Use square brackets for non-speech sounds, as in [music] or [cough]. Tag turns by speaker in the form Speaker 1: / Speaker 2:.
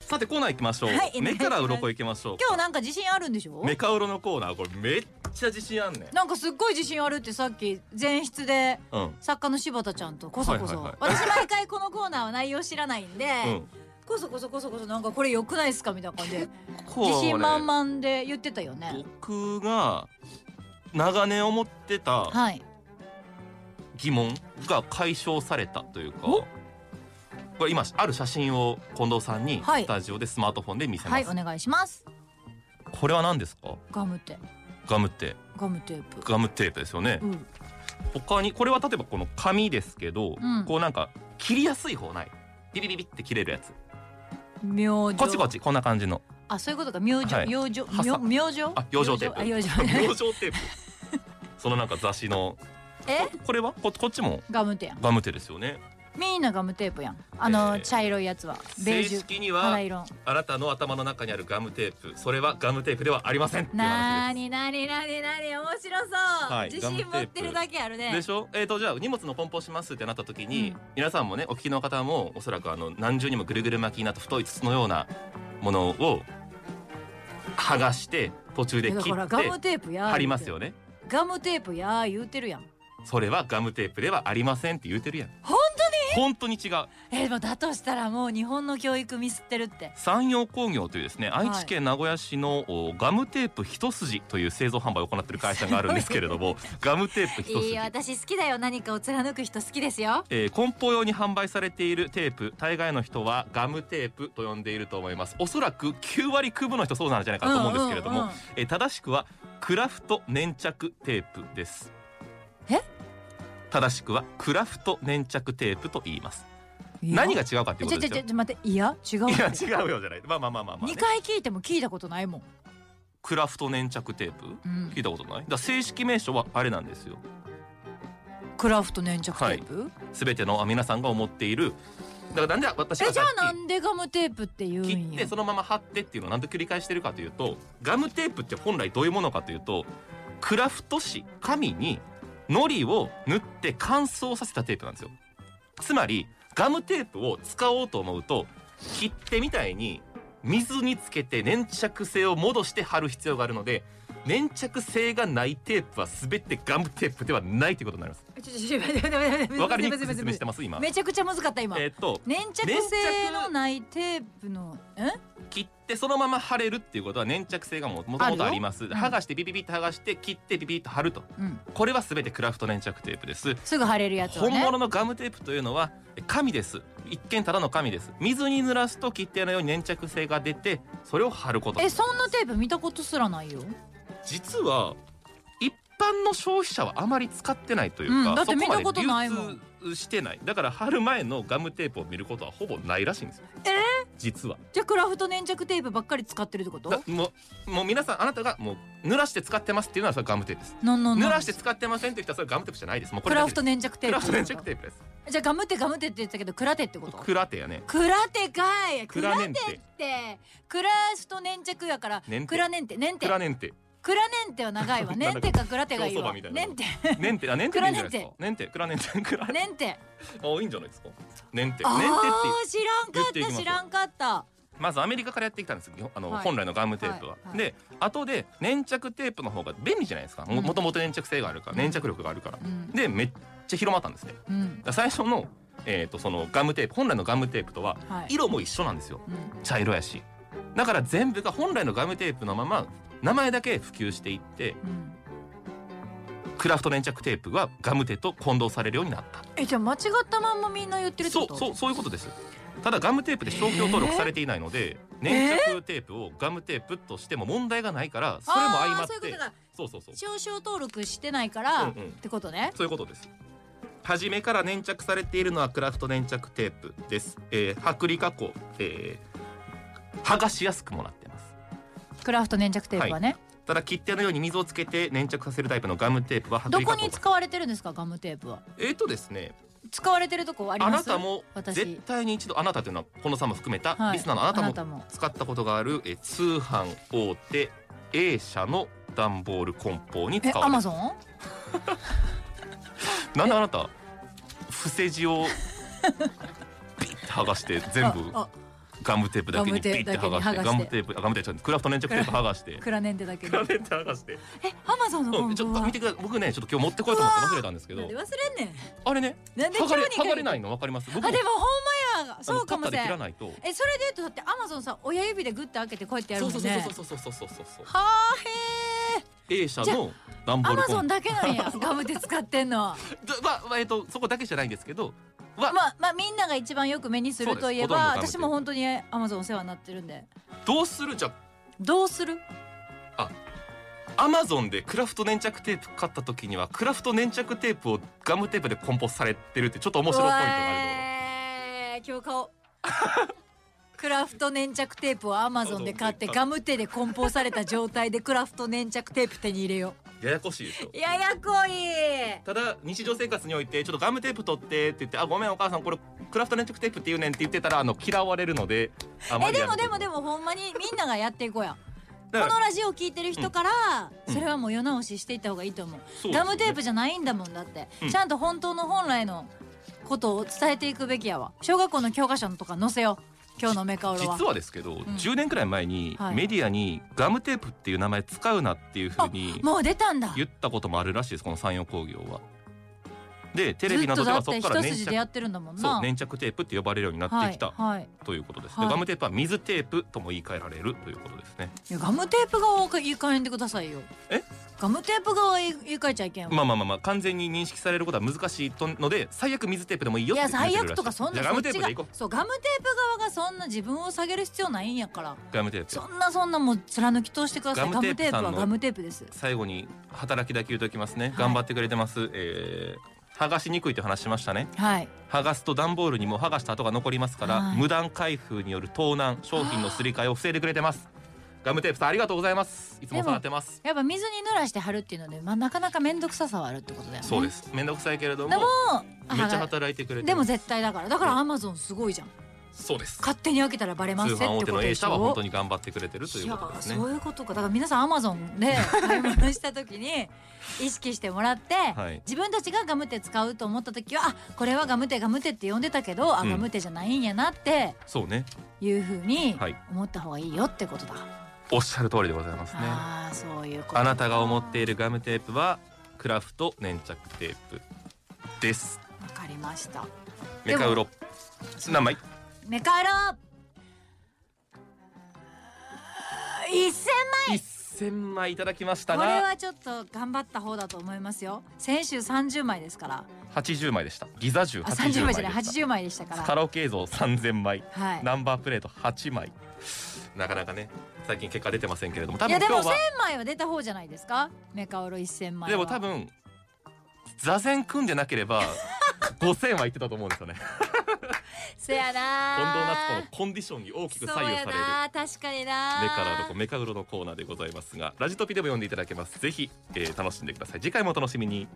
Speaker 1: さてコーナー行きましょう、
Speaker 2: はい
Speaker 1: 目から鱗行きましょう
Speaker 2: 今日なんか自信あるんでしょ
Speaker 1: メカウロのコーナーこれめっちゃ自信あんねん
Speaker 2: なんかすっごい自信あるってさっき前室で
Speaker 1: うん
Speaker 2: 作家の柴田ちゃんとこそこそ、
Speaker 1: はいはい
Speaker 2: 私毎回このコーナーは内容知らないんで、
Speaker 1: うん
Speaker 2: こそこそこそこそなんかこれ良くないですかみたい
Speaker 1: [laughs]
Speaker 2: な感じで
Speaker 1: これ
Speaker 2: 自信満々で言ってたよね
Speaker 1: 僕が長年思ってた
Speaker 2: はい
Speaker 1: 疑問が解消されたというか
Speaker 2: お
Speaker 1: これ今ある写真を近藤さんに
Speaker 2: はい
Speaker 1: スタジオでスマートフォンで見せ
Speaker 2: は
Speaker 1: ま
Speaker 2: い
Speaker 1: す、
Speaker 2: お願いします
Speaker 1: これは何ですか
Speaker 2: ガムテ
Speaker 1: ガムテ
Speaker 2: ガムテープ
Speaker 1: ガムテープですよね
Speaker 2: うん
Speaker 1: 他にこれは例えばこの紙ですけど、
Speaker 2: うん
Speaker 1: こうなんか切りやすい方ないビビビビって切れるやつ
Speaker 2: 明星
Speaker 1: こっちこっちこんな感じの
Speaker 2: あそういうことか明星、
Speaker 1: はい
Speaker 2: 明星
Speaker 1: は
Speaker 2: 明
Speaker 1: さ
Speaker 2: 明星
Speaker 1: あ養生テープ
Speaker 2: あ養生
Speaker 1: [laughs] 養生テープそのなんか雑誌の
Speaker 2: え
Speaker 1: これはここっちも
Speaker 2: ガムテやん
Speaker 1: ガムテですよね
Speaker 2: みんなガムテープやんあの、
Speaker 1: えー
Speaker 2: 茶色いやつはベー
Speaker 1: 正
Speaker 2: ジュ
Speaker 1: 式に
Speaker 2: カ
Speaker 1: は
Speaker 2: ライロン
Speaker 1: あなたの頭の中にあるガムテープそれはガムテープではありませんっていう
Speaker 2: なー
Speaker 1: 話です
Speaker 2: になになになに面白そう、
Speaker 1: はい
Speaker 2: 自信持ってるだけあるね
Speaker 1: でしょえー、とじゃあ荷物の梱包しますってなった時に、
Speaker 2: うん
Speaker 1: 皆さんもねお聞きの方もおそらくあの何重にもぐるぐる巻きになった太い筒のようなものを剥がして途中で
Speaker 2: だ
Speaker 1: 切
Speaker 2: から
Speaker 1: っ
Speaker 2: ガム
Speaker 1: て
Speaker 2: テープやー
Speaker 1: 貼りますよね
Speaker 2: ガムテープやー言うてるやん
Speaker 1: それはガムテープではありませんって言うてるやん
Speaker 2: 本
Speaker 1: 本当に違う
Speaker 2: えでもだとしたらもう日本の教育ミスってるって
Speaker 1: 山陽工業というですね
Speaker 2: い
Speaker 1: 愛知県名古屋市の、おガムテープ一筋という製造販売を行っている会社があるんですけれど
Speaker 2: [laughs]
Speaker 1: もガムテープ一
Speaker 2: い
Speaker 1: 筋
Speaker 2: いよ私好きだよ何かを貫く人好きですよ
Speaker 1: えー梱包用に販売されているテープ大概の人はガムテープと呼んでいると思いますおそらく9割区分の人そうなんじゃないかなと思うんですけれども、
Speaker 2: うんうんうん
Speaker 1: えー正しくはクラフト粘着テープです
Speaker 2: え
Speaker 1: 正しくはクラフト粘着テープと言います
Speaker 2: いや
Speaker 1: 何が違うかっていう
Speaker 2: ち
Speaker 1: こ
Speaker 2: ょ
Speaker 1: と
Speaker 2: ち
Speaker 1: です
Speaker 2: ょち
Speaker 1: よ
Speaker 2: ょちょ待っていや違う
Speaker 1: いや
Speaker 2: って
Speaker 1: 違うよじゃないまあまあまあまあまあ、ね
Speaker 2: 二、回聞いても聞いたことないもん、
Speaker 1: クラフト粘着テープ
Speaker 2: うん
Speaker 1: 聞いたことないだから正式名称はあれなんですよ
Speaker 2: クラフト粘着テープ、
Speaker 1: すべてのあ皆さんが思っているだからなんで私
Speaker 2: え
Speaker 1: が
Speaker 2: じ
Speaker 1: さ
Speaker 2: ゃ
Speaker 1: っ
Speaker 2: あな
Speaker 1: き
Speaker 2: んでガムテープって言う
Speaker 1: 切
Speaker 2: ん
Speaker 1: って
Speaker 2: や
Speaker 1: そのまま貼ってっていうのを何度繰り返してるかというとガムテープって本来どういうものかというとクラフト紙紙に糊を塗って乾燥させたテープなんですよつまりガムテープを使おうと思うと切手みたいに水につけて粘着性を戻して貼る必要があるので粘着性がないテープは全てガムテープではないということになります
Speaker 2: ちょちょちょ待って待って待って
Speaker 1: わかりにく
Speaker 2: 待
Speaker 1: く
Speaker 2: って
Speaker 1: 説明
Speaker 2: 待
Speaker 1: し
Speaker 2: っ
Speaker 1: ててます今
Speaker 2: めちゃくちゃ難かった今
Speaker 1: えーっと
Speaker 2: 粘着性のないテープのん
Speaker 1: 切ってそのまま貼れるっていうことは粘着性がもとも
Speaker 2: ある
Speaker 1: と
Speaker 2: よ
Speaker 1: あります
Speaker 2: ん
Speaker 1: 剥がしてビビビッと剥がして切ってビビッと貼ると
Speaker 2: うん、
Speaker 1: これは全てクラフト粘着テープです
Speaker 2: すぐ貼れるやつは
Speaker 1: 本
Speaker 2: ね
Speaker 1: 物のガムテープというのは紙です一見ただの紙です水に濡らすと切手のように粘着性が出てそれを貼ること
Speaker 2: えそんなテープ見たことすらないよ
Speaker 1: 実は一般の消費者はあまり使ってないというか、
Speaker 2: うんだって
Speaker 1: そこまで
Speaker 2: 見たことないもん
Speaker 1: 流通してないだから貼る前のガムテープを見ることはほぼないらしいんですよ
Speaker 2: えー
Speaker 1: 実は
Speaker 2: じゃあクラフト粘着テープばっかり使ってるってこと
Speaker 1: だもうもう皆さんあなたがもう濡らして使ってますっていうのはそれガムテープです
Speaker 2: なんなんなん
Speaker 1: 濡らして使ってませんって言ったらそれガムテープじゃないですもうこれ
Speaker 2: ク
Speaker 1: だ
Speaker 2: ラ
Speaker 1: け
Speaker 2: フ
Speaker 1: で
Speaker 2: ト
Speaker 1: す
Speaker 2: 粘着テー
Speaker 1: ク
Speaker 2: プ
Speaker 1: ラフト粘着テープです
Speaker 2: じゃあガムテガムテって言ってたけどクラテってこと
Speaker 1: クラテやね
Speaker 2: クラテかいク
Speaker 1: ク
Speaker 2: ラ
Speaker 1: ラ
Speaker 2: テ
Speaker 1: ネ
Speaker 2: っ
Speaker 1: ンテ
Speaker 2: てクラフト粘着やから
Speaker 1: ネンテ
Speaker 2: クラネンテネンテ
Speaker 1: クラネンテ
Speaker 2: クラネンテは長
Speaker 1: [laughs]
Speaker 2: いわネンテかクラテがいい
Speaker 1: 競
Speaker 2: わ
Speaker 1: 争馬みたいな
Speaker 2: ネンテ
Speaker 1: ネンテあネンテでいいんじゃないですかネンテクラネンテクラネン
Speaker 2: ネンテ
Speaker 1: あいいんじゃないですかネンテネンテって
Speaker 2: あ
Speaker 1: いう
Speaker 2: ー知らんか
Speaker 1: 言っ
Speaker 2: って
Speaker 1: いき
Speaker 2: た
Speaker 1: ます
Speaker 2: 知らんかった
Speaker 1: まずアメリカからやってきたんですよあの、
Speaker 2: はい
Speaker 1: 本来のガムテープは、
Speaker 2: はいはい
Speaker 1: で後で粘着テープの方が便利じゃないですかも
Speaker 2: うん
Speaker 1: もともと粘着性があるから粘着力があるから、
Speaker 2: うん
Speaker 1: でめっちゃ広まったんですね
Speaker 2: うん
Speaker 1: だから最初のえっ、とそのガムテープ本来のガムテープとは
Speaker 2: はい
Speaker 1: 色も一緒なんですよ
Speaker 2: うん
Speaker 1: 茶色やしだから全部が本来のガムテープのまま名前だけ普及していって
Speaker 2: うん
Speaker 1: クラフト粘着テープはガムテと混同されるようになった
Speaker 2: えじゃあ間違ったまんまみんな言ってるって
Speaker 1: そ
Speaker 2: こ
Speaker 1: う
Speaker 2: と
Speaker 1: そうそういうことですただガムテープで商標登録されていないので、粘着テープをガムテープとしても問題がないからそれも相まっ
Speaker 2: あーそういう
Speaker 1: て
Speaker 2: ことか
Speaker 1: そうそうそう
Speaker 2: 少々登録してないから
Speaker 1: うん
Speaker 2: っ
Speaker 1: うん
Speaker 2: てことね
Speaker 1: そういうことです初めから粘着されているのはクラフト粘着テープです、えー、剥離加工、えー剥がしやすくもなってます
Speaker 2: クラフト粘着テープはね
Speaker 1: ただ切手のように水をつけて粘着させるタイプのガムテープは剥
Speaker 2: ど
Speaker 1: 離加
Speaker 2: こ
Speaker 1: 工
Speaker 2: に使われてるんですかガムテープは
Speaker 1: えっとですね
Speaker 2: 使われてるとこあり
Speaker 1: あ
Speaker 2: ま
Speaker 1: な
Speaker 2: す
Speaker 1: たも
Speaker 2: 私
Speaker 1: 絶対に一度あなたというのはこのさんも含めた、
Speaker 2: は
Speaker 1: リ
Speaker 2: い
Speaker 1: スナーのあなた
Speaker 2: あ
Speaker 1: も
Speaker 2: なたも
Speaker 1: 使ったことがあるえ通販大手 A 社の段ボール梱包に
Speaker 2: え
Speaker 1: 使わ
Speaker 2: ア
Speaker 1: れ
Speaker 2: マ
Speaker 1: る
Speaker 2: ゾン
Speaker 1: なんであなた [laughs] 伏せ字をピッて剥がして全部
Speaker 2: ああ
Speaker 1: ガムテープだけにピッて剥がしてガ
Speaker 2: ガ
Speaker 1: ム
Speaker 2: ム
Speaker 1: テープあガムテープじゃないクラフト粘着テープ剥がして
Speaker 2: クラネンテだけ
Speaker 1: ク
Speaker 2: ど
Speaker 1: ラフト粘着テープ剥がして
Speaker 2: えアマゾンの
Speaker 1: う
Speaker 2: 論
Speaker 1: んちょ
Speaker 2: 文
Speaker 1: っと
Speaker 2: は
Speaker 1: 見てください僕ねちょっと今日持ってこようと思って忘れたんですけ
Speaker 2: なん
Speaker 1: ど
Speaker 2: で忘れんねん
Speaker 1: あれね
Speaker 2: なん
Speaker 1: 剥
Speaker 2: で今日
Speaker 1: がれ
Speaker 2: に
Speaker 1: 剥がれないいの分かります
Speaker 2: あ
Speaker 1: 僕
Speaker 2: でもほんま
Speaker 1: あ
Speaker 2: や
Speaker 1: の
Speaker 2: そうかも
Speaker 1: カ
Speaker 2: せ
Speaker 1: ッターで切ら
Speaker 2: ん
Speaker 1: ないと
Speaker 2: えそれで言うとだってアマゾンさ親指でグッて開けてこうやってやる
Speaker 1: そ
Speaker 2: も
Speaker 1: うん
Speaker 2: ね
Speaker 1: そうそうそうそうそうそうそうそう
Speaker 2: はあへえ
Speaker 1: A 社のダンボ
Speaker 2: ア
Speaker 1: ール
Speaker 2: マ
Speaker 1: コ
Speaker 2: ゾ
Speaker 1: ン
Speaker 2: ンだけなんやガムテ使ってんのは
Speaker 1: だまあまあえっとそこだけじゃないんですけど
Speaker 2: まあまあみんなが一番よく目にするといえば
Speaker 1: そうです
Speaker 2: 私も本当にアマゾンお世話になってるんで
Speaker 1: どうするじゃ
Speaker 2: どうする
Speaker 1: アマゾンでクラフト粘着テープ買った時にはクラフト粘着テープをガムテープで梱包されてるってちょっと面白いポイントがあるところ
Speaker 2: うわー今日
Speaker 1: [laughs]
Speaker 2: 顔クラフト粘着テープをアマゾンで買ってガムテで梱包された状態でクラフト粘着テープ手に入れよ
Speaker 1: ややこしいでしょ
Speaker 2: うややこい
Speaker 1: ただ日常生活においてちょっとガムテープ取ってって言ってあごめんお母さんこれクラフト粘着テープって言うねんって言ってたらあの嫌われるのであ
Speaker 2: えでもでもで
Speaker 1: も
Speaker 2: もほんまにみんながやっていこうや
Speaker 1: だ
Speaker 2: こ
Speaker 1: から
Speaker 2: のラジオを聞いてる人から、
Speaker 1: うん
Speaker 2: それはもう世直ししていった方がいいと思う、
Speaker 1: そうです
Speaker 2: ガ
Speaker 1: よね
Speaker 2: ムテープじゃないんだもんだって、
Speaker 1: うん
Speaker 2: ちゃんと本当の本来のことを伝えていくべきやわ小学校の教科書のとか載せよう今日のメカオロは
Speaker 1: 実はですけど、10年くらい前に
Speaker 2: はい
Speaker 1: メディアにガムテープっていう名前使うなっていうふうに
Speaker 2: もう出たんだ
Speaker 1: 言ったこともあるらしいですこの山陽工業は。でテレ
Speaker 2: ず
Speaker 1: ビ
Speaker 2: っ
Speaker 1: など
Speaker 2: と
Speaker 1: で
Speaker 2: だ
Speaker 1: は
Speaker 2: っ
Speaker 1: そ
Speaker 2: て
Speaker 1: こから
Speaker 2: 一
Speaker 1: 粘
Speaker 2: 筋でや
Speaker 1: 着
Speaker 2: ってるんだもん
Speaker 1: そう
Speaker 2: な
Speaker 1: 粘着テープって呼ばれるようになってきた
Speaker 2: はい、はい、
Speaker 1: ということです、
Speaker 2: はい
Speaker 1: でガムテープは水テープとも言い換えられるということですね。
Speaker 2: いやガムテープ側を言い換えんでくださいよ
Speaker 1: え
Speaker 2: ガムテープ側は言い言い換えちゃいけんわ、
Speaker 1: まあまあまあまあ完全に認識されることは難しいとので最悪水テープでもいいよ
Speaker 2: い
Speaker 1: って
Speaker 2: や
Speaker 1: 言ってるらし
Speaker 2: 最悪とかそん
Speaker 1: じ
Speaker 2: な
Speaker 1: ゃあガ
Speaker 2: そ
Speaker 1: ム
Speaker 2: っ
Speaker 1: テー
Speaker 2: ち
Speaker 1: プ
Speaker 2: が
Speaker 1: でいこ
Speaker 2: そうガムテープ側がそんな自分を下げる必要ないんやから
Speaker 1: うガムテープ
Speaker 2: そんなそんなもう貫き通してください
Speaker 1: ガ
Speaker 2: ガ
Speaker 1: ム
Speaker 2: ム
Speaker 1: テー
Speaker 2: テ
Speaker 1: プ
Speaker 2: ー
Speaker 1: さん
Speaker 2: プ
Speaker 1: の
Speaker 2: はガムテープです
Speaker 1: 最後に働きだけ言うときますね、
Speaker 2: い
Speaker 1: 頑張ってくれてます、えー剥がしにくいという話しましたね
Speaker 2: はい
Speaker 1: 剥がすと段ボールにも剥がした跡が残りますから、
Speaker 2: はい
Speaker 1: 無断開封による盗難商品のすり替えを防いでくれてますガムテープさんありがとうございますいつも触ってます
Speaker 2: やっぱ水に濡らして貼るっていうので、まあ、なかなか面倒くささはあるってことだよね
Speaker 1: そうですめんどくさいけれども
Speaker 2: でも
Speaker 1: めっちゃ
Speaker 2: あ
Speaker 1: 働いてくれて
Speaker 2: でも
Speaker 1: ます
Speaker 2: 絶対だからだからアマゾンすごいじゃん
Speaker 1: そうです
Speaker 2: 勝手に開けたらバレ
Speaker 1: 通
Speaker 2: ますって
Speaker 1: 販
Speaker 2: っ
Speaker 1: 大手
Speaker 2: てこと
Speaker 1: の
Speaker 2: で
Speaker 1: A
Speaker 2: し
Speaker 1: 社は本当
Speaker 2: ょ
Speaker 1: に頑張ってくれてるということです
Speaker 2: い
Speaker 1: ね
Speaker 2: やそういうことかだから皆さんアマゾ
Speaker 1: [laughs]
Speaker 2: ンで買い物した時に意識してもらって、
Speaker 1: はい
Speaker 2: 自分たちがガムテ使うと思った時はあこれはガムテガムテって呼んでたけどあ
Speaker 1: うん
Speaker 2: ガムテじゃないんやなって
Speaker 1: そうね
Speaker 2: いうふうに
Speaker 1: はい
Speaker 2: 思った方がいいよってことだ、
Speaker 1: おっしゃる通りでございますね
Speaker 2: ああそういうこと
Speaker 1: あなたが思ってい
Speaker 2: る
Speaker 1: るガムテープはクラフト粘着テープです
Speaker 2: わかりました
Speaker 1: メカウロ何枚
Speaker 2: メカロ一千
Speaker 1: 1000枚いただきました
Speaker 2: 枚これ
Speaker 1: が
Speaker 2: はちょっと頑張った方だと思いますよ先週三十枚ですから
Speaker 1: 80枚でしたギザ銃
Speaker 2: あ三十
Speaker 1: 80
Speaker 2: 枚
Speaker 1: 枚
Speaker 2: じゃ
Speaker 1: で
Speaker 2: ない
Speaker 1: した
Speaker 2: 八十枚でしたから
Speaker 1: カラオケ映像3000枚
Speaker 2: はい
Speaker 1: ナンバープレート8枚なかなかね最近結果出てませんけれども多
Speaker 2: い
Speaker 1: 分
Speaker 2: やで
Speaker 1: 今
Speaker 2: も
Speaker 1: 日
Speaker 2: 千
Speaker 1: は
Speaker 2: 枚は出た方じゃないですかメカオロ一千枚
Speaker 1: で
Speaker 2: は
Speaker 1: も多分座禅組んでなけれ
Speaker 2: [laughs]
Speaker 1: ば5000はいってたと思うんですよね
Speaker 2: せやな
Speaker 1: 近藤夏
Speaker 2: ー
Speaker 1: 子のコンディションに大きく左
Speaker 2: そう
Speaker 1: 右
Speaker 2: や
Speaker 1: される
Speaker 2: なー確かになー
Speaker 1: メカラロコメカウロのコーナーでございますがラジトピでも読んでいただけますぜひ、えー楽しんでください次回もお楽しみに